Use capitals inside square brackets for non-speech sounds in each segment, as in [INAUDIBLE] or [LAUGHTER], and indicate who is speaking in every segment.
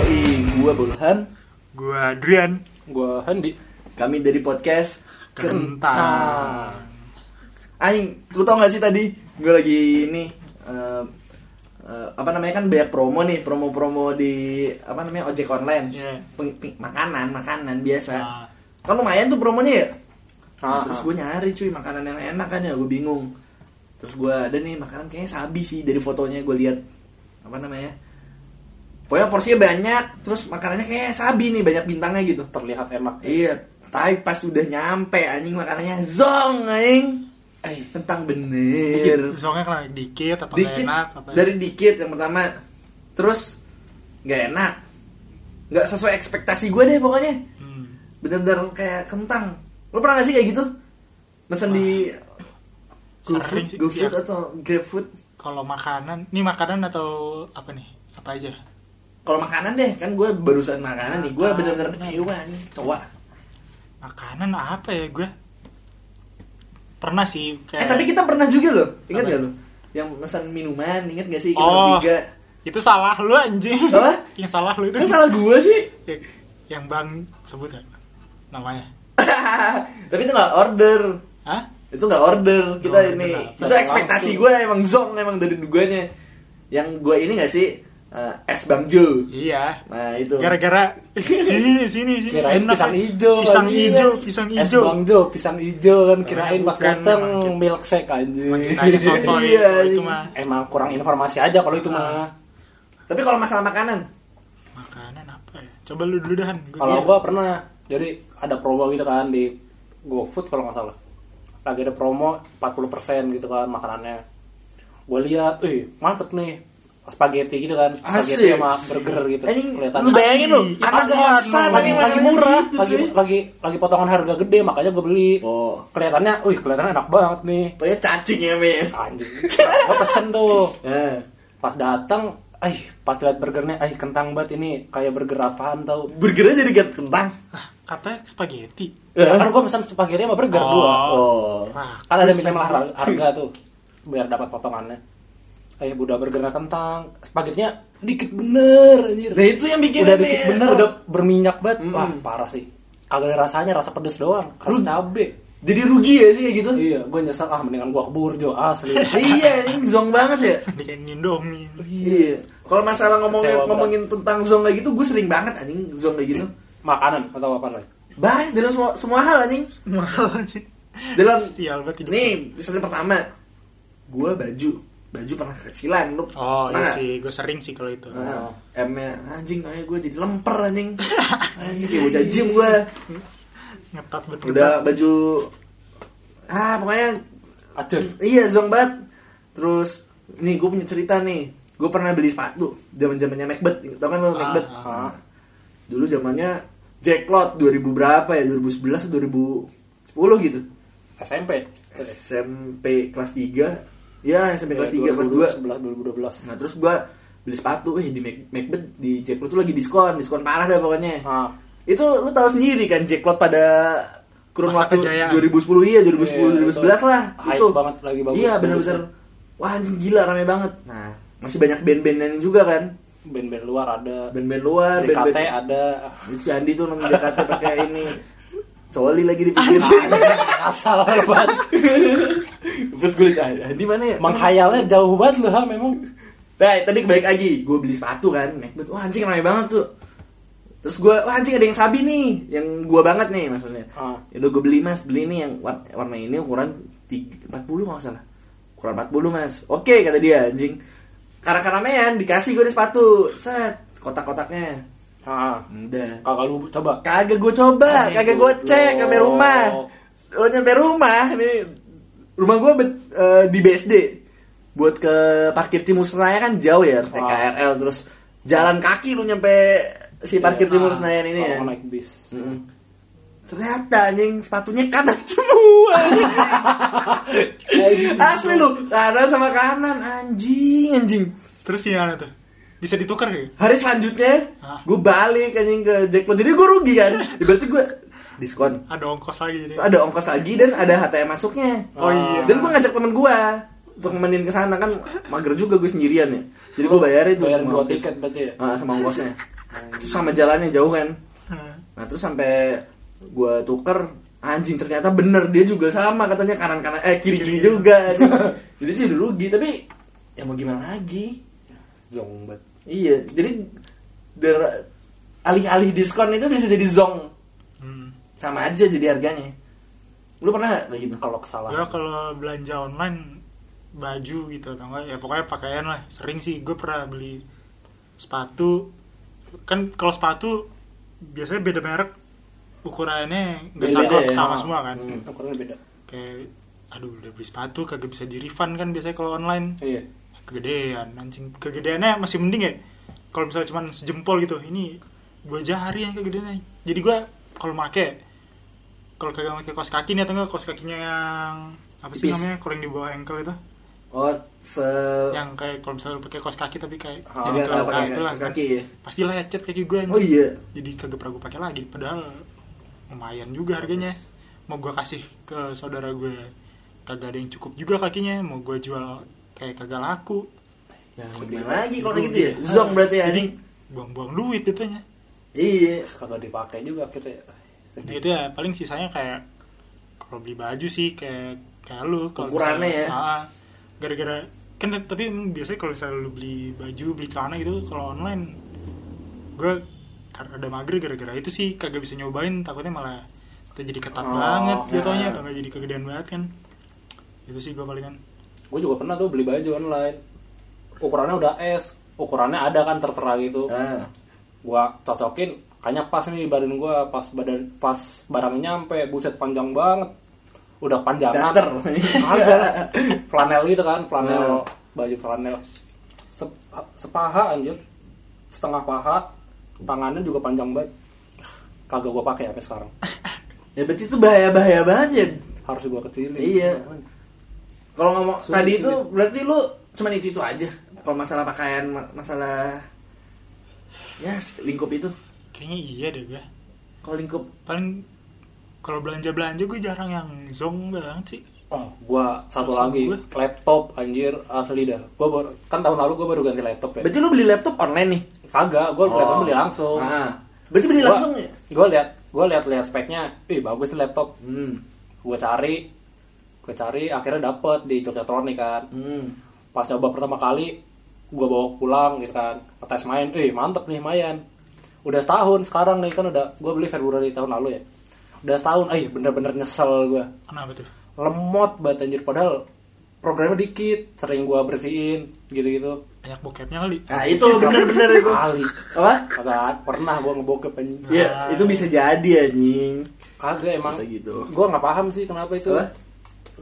Speaker 1: Gue Bulhan,
Speaker 2: Gue Adrian
Speaker 3: Gue Handi
Speaker 1: kami dari podcast
Speaker 2: Kentang
Speaker 1: Anjing, lu tau gak sih tadi gue lagi ini eh, eh, apa namanya kan banyak promo nih promo-promo di apa namanya ojek online
Speaker 2: Iya.
Speaker 1: Peng- peng- makanan makanan biasa
Speaker 2: Ah.
Speaker 1: kan lumayan tuh promonya ya Nah,
Speaker 3: Ah,
Speaker 1: terus
Speaker 3: ah.
Speaker 1: gue nyari cuy makanan yang enak kan ya gue bingung terus gue ada nih makanan kayaknya sabi sih dari fotonya gue lihat apa namanya pokoknya porsinya banyak terus makanannya kayaknya sabi nih banyak bintangnya gitu
Speaker 3: Terlihat enak
Speaker 1: Iya, tapi pas udah nyampe anjing makanannya zong anjing. Eh, tentang bener.
Speaker 2: Zongnya kena dikit apa nggak
Speaker 1: Dikit
Speaker 2: enak apa ya?
Speaker 1: dari dikit yang pertama. Terus nggak enak. Nggak sesuai ekspektasi gue deh pokoknya.
Speaker 2: Hmm.
Speaker 1: Bener-bener kayak kentang. Lo pernah gak sih kayak gitu? Mesen di
Speaker 2: Sering
Speaker 1: GoFood,
Speaker 2: sih,
Speaker 1: GoFood
Speaker 2: iya.
Speaker 1: atau GrabFood?
Speaker 2: Kalau makanan, ini makanan atau apa nih? Apa aja?
Speaker 1: Kalau makanan deh, kan gue barusan makanan nih. Gue
Speaker 2: Makanan.
Speaker 1: bener-bener kecewa nih, cowok.
Speaker 2: Makanan apa ya gue? Pernah sih kayak
Speaker 1: Eh, tapi kita pernah juga loh. Ingat
Speaker 2: Ya, Apa?
Speaker 1: gak lo? Yang pesan minuman, ingat gak sih? Kita
Speaker 2: Oh.
Speaker 1: bertiga.
Speaker 2: Itu salah lu anjing.
Speaker 1: Apa?
Speaker 2: [LAUGHS] Yang salah lu itu.
Speaker 1: Kan salah gue sih. [LAUGHS]
Speaker 2: Ya, Yang Bang sebut gak? namanya.
Speaker 1: Tapi itu nggak order.
Speaker 2: Hah?
Speaker 1: Itu nggak order. Kita
Speaker 2: order,
Speaker 1: ini
Speaker 2: nggak.
Speaker 1: itu ekspektasi gue emang zong emang dari dugaannya. Yang gue ini nggak sih eh, es Bang Jo.
Speaker 2: Iya.
Speaker 1: Nah itu.
Speaker 2: Gara-gara sini sini sini.
Speaker 3: Kirain
Speaker 2: Enak,
Speaker 3: pisang
Speaker 2: ya.
Speaker 3: hijau
Speaker 2: Pisang
Speaker 3: anjing.
Speaker 2: hijau, pisang
Speaker 3: Es
Speaker 2: hijau.
Speaker 3: Bang Jo, pisang hijau kan Kirain pas
Speaker 2: bukan,
Speaker 3: dateng
Speaker 2: makin-
Speaker 3: milkshake anjing
Speaker 2: Makin tanya ya. soto
Speaker 1: Iya,
Speaker 2: Oh,
Speaker 1: iya.
Speaker 2: itu mah.
Speaker 3: [LAUGHS] Emang kurang informasi aja kalau itu
Speaker 2: Ah,
Speaker 3: mah
Speaker 1: Tapi kalau masalah makanan,
Speaker 2: Makanan apa ya? Coba lu dulu dahan. Gua-
Speaker 3: Kalau
Speaker 2: iya.
Speaker 3: gua pernah jadi ada promo gitu kan di GoFood kalau nggak salah. Lagi ada promo 40% gitu kan makanannya. Gue lihat, eh mantep nih spaghetti gitu kan, spaghetti
Speaker 1: Asik.
Speaker 3: sama burger gitu.
Speaker 1: Anjing,
Speaker 3: Kelihatan.
Speaker 1: lu bayangin lu,
Speaker 2: Ih,
Speaker 1: anak kosan
Speaker 2: apaan lu?
Speaker 1: lagi
Speaker 3: lagi,
Speaker 2: Anjing,
Speaker 3: lagi murah,
Speaker 1: gitu,
Speaker 3: lagi,
Speaker 1: cuy.
Speaker 3: lagi lagi potongan harga gede makanya gue beli.
Speaker 1: Oh,
Speaker 3: Kelihatannya, wih kelihatannya enak banget nih.
Speaker 1: pokoknya cacing ya Mi.
Speaker 3: Anjing, gue pesen tuh.
Speaker 1: Eh,
Speaker 3: Pas datang, eh pas lihat burgernya, eh kentang banget ini kayak burger apaan tau?
Speaker 1: burgernya jadi gat kentang.
Speaker 2: Ah, katanya spaghetti.
Speaker 3: Ya, kan gue pesen spaghetti sama burger
Speaker 2: Oh.
Speaker 3: dua.
Speaker 1: Iya. Oh,
Speaker 2: Nah,
Speaker 3: kan ada minta mahar harga tuh biar dapat potongannya eh udah bergerak kentang spagettinya dikit bener anjir
Speaker 1: nah itu yang bikin
Speaker 3: udah
Speaker 1: ini,
Speaker 3: dikit bener
Speaker 1: udah
Speaker 3: udah berminyak banget
Speaker 1: Mm-mm.
Speaker 3: wah parah sih kagak ada rasanya rasa pedes doang rasa cabe
Speaker 1: jadi rugi ya sih kayak gitu.
Speaker 3: iya gue nyesel ah mendingan gue ke Burjo
Speaker 1: [LAUGHS]
Speaker 3: asli
Speaker 1: Iya, ini zong banget ya.
Speaker 2: Bikin Indomie.
Speaker 1: Iya. Kalau masalah ngomongin
Speaker 3: Kecewa berat.
Speaker 1: ngomongin tentang zong kayak gitu, gue sering banget anjing zong kayak gitu.
Speaker 3: makanan atau apa lagi
Speaker 1: Banyak dalam semua, semua hal anjing.
Speaker 2: [LAUGHS] Mahal aja.
Speaker 1: Dalam
Speaker 2: Sial banget hidup.
Speaker 1: nih, misalnya pertama, gue baju, baju pernah kekecilan lu.
Speaker 2: Oh,
Speaker 1: pernah nggak?
Speaker 2: iya sih, Oh. gue sering sih kalau itu.
Speaker 1: Nah, M-nya anjing kayak gue jadi lemper
Speaker 2: [LAUGHS]
Speaker 1: anjing. Anjing kayak bocah gym gue.
Speaker 2: Ngetat betul.
Speaker 1: Udah baju ah pokoknya
Speaker 3: acun
Speaker 1: Iya zong banget. Terus nih gue punya cerita nih. Gue pernah beli sepatu zaman zamannya Macbeth. Tau kan lo
Speaker 2: Ah,
Speaker 1: Macbeth?
Speaker 2: ah,
Speaker 1: Ah. Dulu zamannya Jacklot 2000 berapa ya? 2011 2010 gitu.
Speaker 3: SMP
Speaker 1: SMP kelas 3. Ya
Speaker 3: Eh,
Speaker 1: SMP
Speaker 3: Iya,
Speaker 1: kelas 3 kelas 2.
Speaker 3: 2011 2012
Speaker 1: Nah terus gue beli sepatu eh di Mac- Macbeth di Jacklot tuh lagi diskon, diskon parah deh pokoknya.
Speaker 3: ah
Speaker 1: Itu lu tahu sendiri kan Jacklot pada kurun
Speaker 2: Masa
Speaker 1: waktu
Speaker 2: kejayaan.
Speaker 1: 2010 iya 2010
Speaker 3: Iya,
Speaker 1: 2011 lah
Speaker 3: hype
Speaker 1: itu
Speaker 3: banget, lagi bagus,
Speaker 1: Iya
Speaker 3: bagus
Speaker 1: benar-benar wah anjing gila rame banget. Nah, masih banyak band-band yang juga kan.
Speaker 3: band-band luar ada
Speaker 1: Band-band luar,
Speaker 3: DKT
Speaker 1: band-band
Speaker 3: ada [LAUGHS]
Speaker 1: si Andi tuh nonton DKT pakai ini. Coli lagi dipikirin.
Speaker 3: asal banget
Speaker 1: Terus gue liat "Ah, Andi mana ya?
Speaker 3: menghayalnya jauh banget lu ha memang
Speaker 1: Nah, tadi baik lagi, gue beli sepatu kan, Macbeth, wah anjing rame banget tuh. Terus gue, wah anjing ada yang sabi nih, yang gue banget nih maksudnya.
Speaker 3: Ah.
Speaker 1: Ya udah gue beli mas, beli nih yang war- warna ini ukuran tiga- 40 kalau nggak salah. Ukuran 40 mas, oke kata dia anjing. Karena karamean dikasih gue nih sepatu, set kotak-kotaknya.
Speaker 3: ah
Speaker 1: Udah.
Speaker 3: kakak lu coba
Speaker 1: Kagak gue coba,
Speaker 3: Eh,
Speaker 1: kagak gue cek sampai
Speaker 3: goblok.
Speaker 1: rumah. Oh nyampe rumah nih. Rumah gue di BSD. Buat ke parkir Timur Senayan kan jauh ya, harus naik
Speaker 3: Ah.
Speaker 1: KRL terus jalan kaki lu nyampe si parkir
Speaker 3: Iya,
Speaker 1: Timur
Speaker 2: ah.
Speaker 1: Senayan ini ya.
Speaker 3: Kalau naik bis
Speaker 1: Mm. Ternyata anjing sepatunya kanan [LAUGHS] semua. Asli lu, kanan sama kanan anjing anjing.
Speaker 2: Terus gimana tuh? Bisa ditukar ya? gak?
Speaker 1: hari selanjutnya
Speaker 2: Hah?
Speaker 1: gue balik anjing ke jackpot jadi gue rugi kan Ya, berarti gue diskon
Speaker 2: Ada ongkos lagi jadi.
Speaker 1: ada ongkos lagi dan ada HTM masuknya
Speaker 2: Oh iya.
Speaker 1: dan gue ngajak temen gue untuk nemenin ke sana kan mager juga gue sendirian ya jadi gue bayarin tuh
Speaker 3: bayar
Speaker 1: semua
Speaker 3: dua
Speaker 1: ongkos.
Speaker 3: tiket Nah, iya. berarti ya
Speaker 1: Ah, sama ongkosnya terus sama jalannya jauh kan
Speaker 2: Hmm.
Speaker 1: nah terus sampai gua tuker anjing ternyata bener dia juga sama katanya kanan kanan eh kiri
Speaker 3: Iya.
Speaker 1: kiri
Speaker 3: [LAUGHS]
Speaker 1: juga jadi sih udah rugi tapi ya mau gimana lagi
Speaker 3: Zong banget.
Speaker 1: iya jadi der- alih-alih diskon itu bisa jadi zong
Speaker 2: Hmm.
Speaker 1: sama aja jadi harganya lu pernah nggak kayak gitu
Speaker 3: Kalau
Speaker 2: Gua
Speaker 3: kesalahan.
Speaker 2: Ya, kalau belanja online baju gitu atau enggak ya pokoknya pakaian lah. Sering sih gue pernah beli sepatu. Kan kalau sepatu biasanya beda merek ukurannya nggak
Speaker 1: Beda-beda
Speaker 2: saklek
Speaker 1: ya.
Speaker 2: sama semua kan.
Speaker 3: Hmm, ukurannya beda.
Speaker 2: Kayak aduh udah beli sepatu kagak bisa di refund kan biasanya kalau online
Speaker 3: Iya.
Speaker 2: kegedean anjing kegedeannya masih mending ya kalau misalnya cuman sejempol gitu ini dua jari yang kegedeannya jadi gua kalau make kalau kagak make kaos kaki nih atau enggak kaos kakinya yang apa sih
Speaker 1: Tipis.
Speaker 2: namanya kalau yang di bawah ankle itu
Speaker 1: oh se
Speaker 2: yang kayak kalau misalnya lu pakai kaos kaki tapi kayak jadi
Speaker 3: Ah,
Speaker 1: nggak
Speaker 2: terlalu
Speaker 1: Oh, pakai
Speaker 2: nah, itulah
Speaker 1: kaos
Speaker 2: kan.
Speaker 1: kaki ya?
Speaker 2: pasti lecet kaki gue
Speaker 1: oh iya
Speaker 2: jadi kagak pernah gue pakai lagi padahal lumayan juga harganya mau gue kasih ke saudara gue kagak ada yang cukup juga kakinya mau gue jual kayak kagak laku
Speaker 1: ya mau
Speaker 3: sedih
Speaker 1: gimana
Speaker 3: banget.
Speaker 1: lagi kalau kayak gitu ya zong berarti ya anjing
Speaker 2: Iya. buang-buang duit itunya
Speaker 1: iya
Speaker 3: Kagak dipakai juga akhirnya. Sedih.
Speaker 2: itu ya paling sisanya kayak kalau beli baju sih kayak kayak lu kalau
Speaker 1: Ukurannya
Speaker 2: misalnya-
Speaker 1: ya.
Speaker 2: Ah, gara-gara kan tapi emang biasanya kalau misalnya lu beli baju beli celana gitu kalau online gue karena ada mager gara-gara itu sih kagak bisa nyobain takutnya malah kita jadi ketat
Speaker 3: Oh,
Speaker 2: banget
Speaker 3: ya.
Speaker 2: jatuhnya atau nggak jadi kegedean banget kan itu sih gue palingan
Speaker 3: Gue juga pernah tuh beli baju online. Ukurannya udah S. Ukurannya ada kan tertera gitu.
Speaker 1: ah
Speaker 3: gua cocokin kayaknya pas nih di badan gua pas badan pas barang nyampe buset panjang banget udah panjang
Speaker 1: Daster.
Speaker 3: ada flanel gitu kan
Speaker 1: Hmm.
Speaker 3: flanel baju flanel Se- sepaha anjir setengah paha tangannya juga panjang banget kagak gua pakai sampai sekarang
Speaker 1: ya berarti itu bahaya bahaya banget ya
Speaker 3: harus gua kecilin
Speaker 1: Iya. kalau ngomong
Speaker 3: Sulit
Speaker 1: tadi
Speaker 3: sih,
Speaker 1: itu
Speaker 3: Dit.
Speaker 1: berarti lu cuman itu itu aja kalau masalah pakaian ma- masalah ya lingkup itu
Speaker 2: kayaknya iya deh gue
Speaker 1: kalau lingkup
Speaker 2: paling kalau belanja-belanja gue jarang yang zong banget sih
Speaker 3: oh gua satu
Speaker 2: Sama
Speaker 3: lagi
Speaker 2: gua.
Speaker 3: laptop anjir asli dah gua baru, kan tahun lalu gua baru ganti laptop ya
Speaker 1: berarti lu beli laptop online nih
Speaker 3: kagak gua laptop beli langsung
Speaker 1: Oh. Ah. berarti beli langsung ya
Speaker 3: gue lihat gue lihat lihat speknya ih bagus nih laptop
Speaker 1: hmm
Speaker 3: gue cari gue cari akhirnya dapet di Jogjatronic kan
Speaker 1: hmm
Speaker 3: pas coba pertama kali gue bawa pulang gitu kan tes main eh mantep nih main udah setahun sekarang nih kan udah gue beli Februari tahun lalu ya udah setahun eh bener-bener nyesel gue
Speaker 2: kenapa tuh
Speaker 3: lemot banget anjir padahal programnya dikit sering gue bersihin gitu-gitu
Speaker 2: banyak bokepnya kali
Speaker 1: nah itu bener-bener
Speaker 3: [LAUGHS]
Speaker 1: itu
Speaker 3: kali
Speaker 1: apa
Speaker 3: kagak pernah gue ngebokep anjir
Speaker 1: ya itu bisa jadi anjing
Speaker 3: kagak emang
Speaker 1: Kayak gitu.
Speaker 3: gue nggak paham sih kenapa itu
Speaker 1: Apa?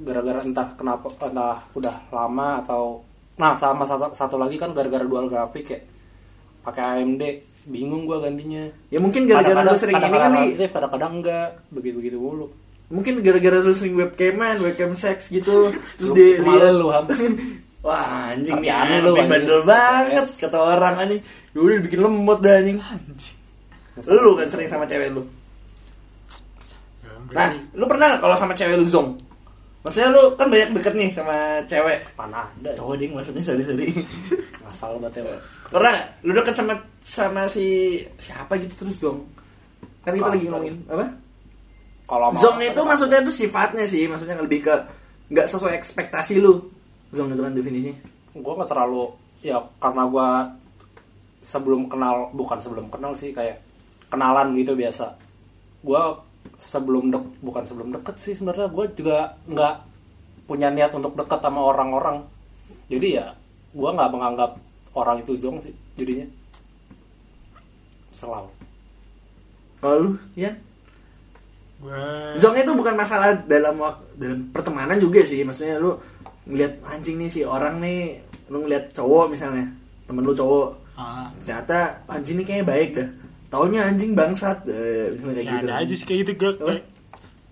Speaker 3: gara-gara entah kenapa entah udah lama atau nah sama satu, satu lagi kan gara-gara dual grafik ya pakai AMD bingung gue gantinya
Speaker 1: ya mungkin gara-gara lu
Speaker 3: Kadang-kadang-
Speaker 1: sering ini
Speaker 3: kadang-kadang
Speaker 1: kali
Speaker 3: aktif, kadang-kadang enggak begitu begitu mulu
Speaker 1: mungkin gara-gara lu sering webcaman webcam seks gitu terus
Speaker 3: Lu-
Speaker 1: di
Speaker 3: malu lu, Ham.
Speaker 1: [LAUGHS] wah anjing nih
Speaker 3: Tapi aneh
Speaker 1: anjing
Speaker 3: lu, anjing.
Speaker 1: bandel banget
Speaker 3: Yes.
Speaker 1: kata orang anjing Ya udah bikin lemot dah anjing
Speaker 2: Anjing.
Speaker 3: Nyesel.
Speaker 1: lu kan sering sama cewek lu
Speaker 2: Ya,
Speaker 1: nah
Speaker 2: berarti-
Speaker 1: lu pernah nggak kalau sama cewek lu zong maksudnya lu kan banyak deket nih sama cewek
Speaker 3: mana ada
Speaker 1: cowok ding maksudnya sorry
Speaker 3: [LAUGHS]
Speaker 1: sorry
Speaker 3: ngasal banget ya
Speaker 1: pernah nggak lu deket sama sama si siapa gitu terus zong kan kita
Speaker 3: Apa?
Speaker 1: lagi ngomongin apa
Speaker 3: kalau mau-
Speaker 1: Zong itu maksudnya itu sifatnya sih, maksudnya lebih ke nggak sesuai ekspektasi lu. Zong itu kan definisinya.
Speaker 3: gue nggak terlalu ya karena gue sebelum kenal bukan sebelum kenal sih kayak kenalan gitu biasa gue sebelum dek bukan sebelum deket sih sebenarnya gue juga nggak punya niat untuk deket sama orang-orang jadi ya gue nggak menganggap orang itu zong sih jadinya selalu
Speaker 1: Kalau lu,
Speaker 2: Eh.
Speaker 1: Yan?
Speaker 2: Gua-
Speaker 1: Zong itu bukan masalah dalam wak- dalam pertemanan juga sih, maksudnya lu ngeliat anjing nih si orang nih, lu ngeliat cowok misalnya, temen lu cowok,
Speaker 2: Ah,
Speaker 1: ternyata anjing nih kayaknya baik dah. Taunya anjing bangsat, eh, misalnya kayak
Speaker 2: ya
Speaker 1: gitu.
Speaker 2: ada aja sih kayak gitu gue
Speaker 1: Apa?
Speaker 2: kayak,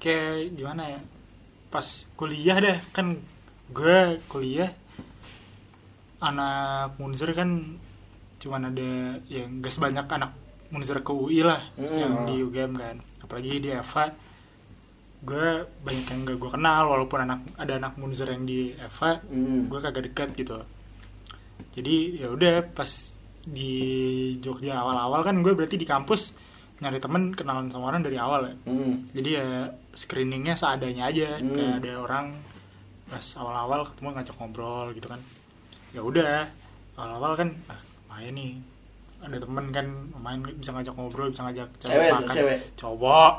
Speaker 2: kayak gimana ya pas kuliah deh kan gue kuliah anak munzer kan cuman ada yang gak sebanyak anak munzer ke UI lah
Speaker 1: Hmm.
Speaker 2: yang di UGM kan apalagi di Eva gue banyak yang gak gue kenal walaupun anak ada anak munzer yang di Eva
Speaker 1: Hmm.
Speaker 2: gue kagak dekat gitu jadi ya udah pas di Jogja awal-awal kan gue berarti di kampus nyari temen kenalan sama orang dari awal ya
Speaker 1: Hmm.
Speaker 2: jadi ya screeningnya seadanya aja
Speaker 1: Hmm.
Speaker 2: kayak ada orang pas awal-awal ketemu ngajak ngobrol gitu kan ya udah awal-awal kan ah, main nih ada temen kan main bisa ngajak ngobrol bisa ngajak
Speaker 1: Cewek tuh, cewek. [LAUGHS]
Speaker 2: cowok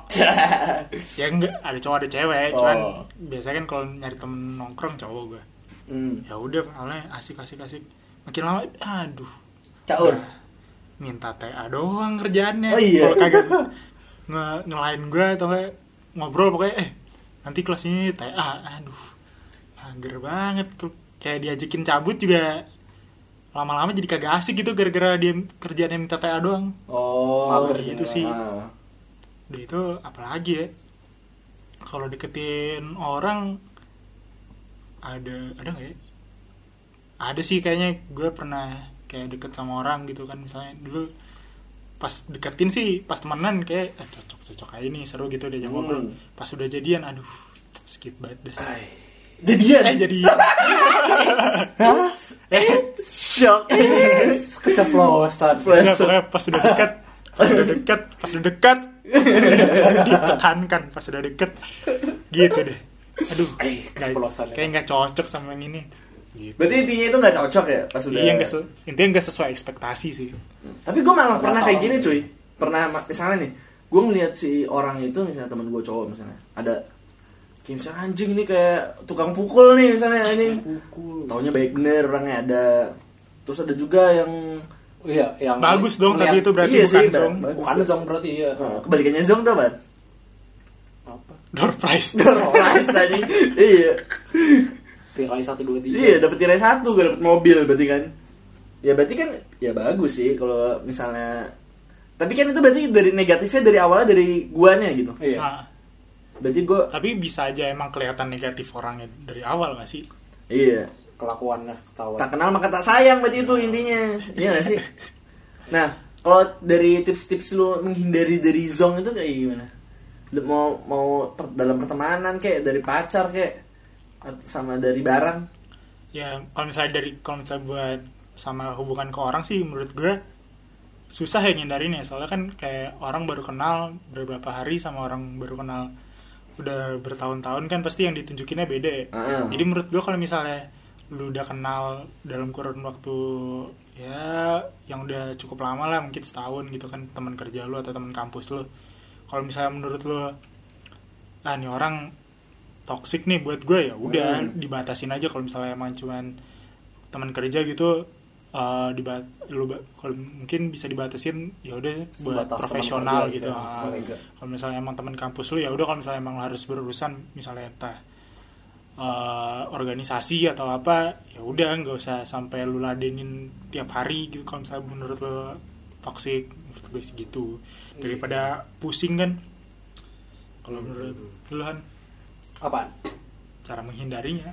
Speaker 2: ya enggak ada cowok ada cewek
Speaker 1: Oh.
Speaker 2: cuman biasanya kan kalau nyari temen nongkrong cowok gue
Speaker 1: hmm.
Speaker 2: ya udah awalnya asik asik asik makin lama aduh
Speaker 1: Caur.
Speaker 2: Nah, minta TA doang kerjaannya
Speaker 1: Oh iya.
Speaker 2: kalau
Speaker 1: [LAUGHS]
Speaker 2: kagak nge nyelain gue atau nggak ngobrol pokoknya eh nanti kelas ini TA aduh mager banget kayak diajakin cabut juga lama-lama jadi kagak asik gitu gara-gara dia kerjaannya minta TA doang
Speaker 1: Oh,
Speaker 3: Mager
Speaker 2: gitu sih.
Speaker 1: Ah.
Speaker 2: udah itu apalagi ya kalau deketin orang ada ada nggak ya ada sih kayaknya gue pernah kayak deket sama orang gitu kan misalnya dulu pas deketin sih pas temenan kayak eh, cocok cocok kayak ini seru gitu diajak
Speaker 1: Hmm.
Speaker 2: ngobrol pas udah jadian aduh skip banget dah
Speaker 1: Ay. Jadian.
Speaker 2: eh jadi eh
Speaker 1: shock.
Speaker 3: keceplosan
Speaker 2: Enggak, Iya, pokoknya pas udah dekat pas udah dekat pas udah dekat ditekankan pas udah deket gitu deh aduh
Speaker 3: Eh, keceplosan
Speaker 2: kayak nggak cocok sama yang ini gitu
Speaker 1: Berarti intinya itu nggak cocok ya pas udah.
Speaker 2: iya nggak se- intinya nggak sesuai ekspektasi sih
Speaker 1: Tapi gue malah pernah
Speaker 3: Kenapa?
Speaker 1: kayak gini cuy. Pernah ma- misalnya nih, gue ngeliat si orang itu misalnya temen gue cowok misalnya ada kayak misalnya anjing nih kayak tukang pukul nih misalnya anjing.
Speaker 3: Pukul.
Speaker 1: Taunya baik bener orangnya ada. Terus ada juga yang
Speaker 3: iya yang
Speaker 2: bagus dong tapi
Speaker 3: melihat-
Speaker 2: itu berarti
Speaker 1: Iya sih,
Speaker 2: bukan
Speaker 1: Mbak.
Speaker 2: song
Speaker 1: Bagus.
Speaker 3: bukan zong berarti iya
Speaker 1: eh, kebalikannya zong tuh ban.
Speaker 3: apa
Speaker 2: door prize
Speaker 1: Orang anjing. Iya.
Speaker 3: tiga kali satu dua tiga
Speaker 1: Iya, dapat nilai satu, gue dapat mobil berarti kan. Ya berarti kan ya bagus sih kalau misalnya tapi kan itu berarti dari negatifnya dari awalnya dari guanya gitu.
Speaker 3: iya
Speaker 2: Nah,
Speaker 1: Berarti gue
Speaker 2: tapi bisa aja emang kelihatan negatif orangnya dari awal nggak sih
Speaker 1: iya,
Speaker 3: kelakuannya ketahuan
Speaker 1: tak kenal maka tak sayang berarti itu intinya. Iya gak sih? Nah, kalau dari tips-tips lu menghindari dari zong itu kayak gimana? Lu Mau mau per- dalam pertemanan kayak dari pacar kayak atau sama dari barang.
Speaker 2: ya kalau misalnya dari kalau misalnya buat sama hubungan ke orang sih menurut gue susah ya ngindarinnya soalnya kan kayak orang baru kenal beberapa hari sama orang baru kenal udah bertahun-tahun kan pasti yang ditunjukinnya beda ya.
Speaker 1: Heeh.
Speaker 2: jadi menurut gue kalau misalnya lu udah kenal dalam kurun waktu ya yang udah cukup lama lah mungkin setahun gitu kan teman kerja lu atau teman kampus lu kalau misalnya menurut lu ah nih orang toxic nih buat gue ya udah
Speaker 1: Hmm.
Speaker 2: dibatasin aja kalau misalnya emang cuman teman kerja gitu eh dibat lu ba- kalau mungkin bisa dibatasin ya udah buat
Speaker 3: Sebatas teman
Speaker 2: profesional
Speaker 3: kerja
Speaker 2: gitu
Speaker 3: gitu,
Speaker 2: Ah,
Speaker 3: kolega.
Speaker 2: kalau misalnya emang teman kampus lu ya udah kalau misalnya emang lu harus berurusan misalnya entah eh, organisasi atau apa ya udah nggak usah sampai lu ladenin tiap hari gitu kalau misalnya menurut lu toxic menurut gue sih gitu
Speaker 3: Iya.
Speaker 2: daripada pusing kan kalau menurut lu Han,
Speaker 3: apaan
Speaker 2: cara menghindarinya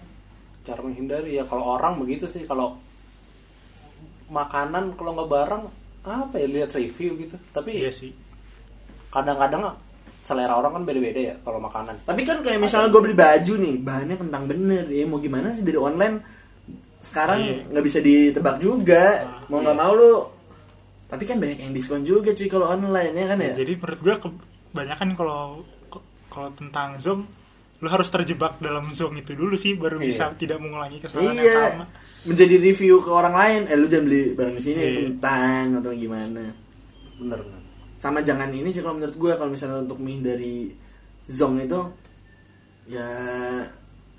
Speaker 3: cara menghindari ya kalau orang begitu sih kalau makanan kalau nggak barang apa ya lihat review gitu tapi
Speaker 2: iya sih
Speaker 3: kadang-kadang selera orang kan beda-beda ya kalau makanan
Speaker 1: Tapi kan kayak misalnya gue beli baju nih, bahannya kentang bener ya mau gimana sih dari online
Speaker 2: Iya.
Speaker 1: sekarang nggak bisa ditebak juga.
Speaker 2: Ah,
Speaker 1: Mau nggak
Speaker 3: iya.
Speaker 1: mau lu. Tapi kan banyak yang diskon juga cuy kalau online ya kan ya.
Speaker 2: Iya, jadi menurut gue kebanyakan kalau kalau tentang zoom lu harus terjebak dalam zoom itu dulu sih baru
Speaker 3: Iya.
Speaker 2: bisa tidak mengulangi kesalahan
Speaker 1: Iya.
Speaker 2: yang sama
Speaker 1: Menjadi review ke orang lain, eh lu jangan beli barang di sini
Speaker 2: Iya.
Speaker 1: itu kentang atau gimana.
Speaker 3: bener bener
Speaker 1: Sama jangan ini sih kalau menurut gue kalau misalnya untuk menghindari zong itu ya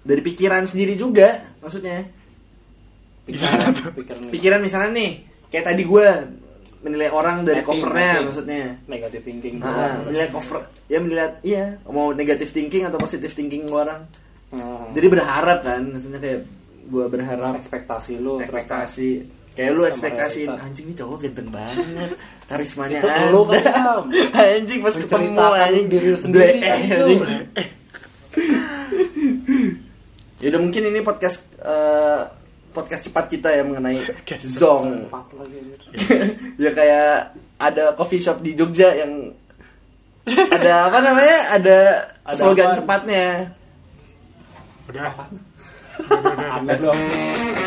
Speaker 1: dari pikiran sendiri juga maksudnya.
Speaker 3: pikiran pikiran
Speaker 1: pikiran misalnya nih kayak tadi gue menilai orang dari
Speaker 3: Mapping,
Speaker 1: covernya
Speaker 3: mapping.
Speaker 1: maksudnya
Speaker 3: negative thinking
Speaker 1: nah, menilai cover ya menilai iya mau negative thinking atau positive thinking gua orang
Speaker 3: Hmm.
Speaker 1: jadi berharap kan maksudnya kayak gue berharap
Speaker 3: Nah, ekspektasi lu ternyata-
Speaker 1: ekspektasi kayak lu
Speaker 3: Sama
Speaker 1: ekspektasiin
Speaker 3: realita.
Speaker 1: anjing nih cowok ganteng
Speaker 3: [LAUGHS]
Speaker 1: banget karismanya
Speaker 3: Itu
Speaker 1: ada."
Speaker 3: lu kali, Am.
Speaker 1: [LAUGHS] anjing pas ketemu
Speaker 3: Menceritakan
Speaker 1: anjing
Speaker 3: diri lu sendiri
Speaker 1: Dua- eh,
Speaker 3: tadi
Speaker 1: anjing. [LAUGHS]
Speaker 3: tuh.
Speaker 1: ya udah mungkin ini podcast eh, podcast cepat kita ya mengenai
Speaker 2: Podcast
Speaker 1: zong
Speaker 3: empat lagi anjir.
Speaker 1: ya kayak ada coffee shop di Jogja yang ada apa namanya ada,
Speaker 3: Ada
Speaker 1: slogan
Speaker 3: apa?
Speaker 1: cepatnya
Speaker 2: udah
Speaker 3: aneh dong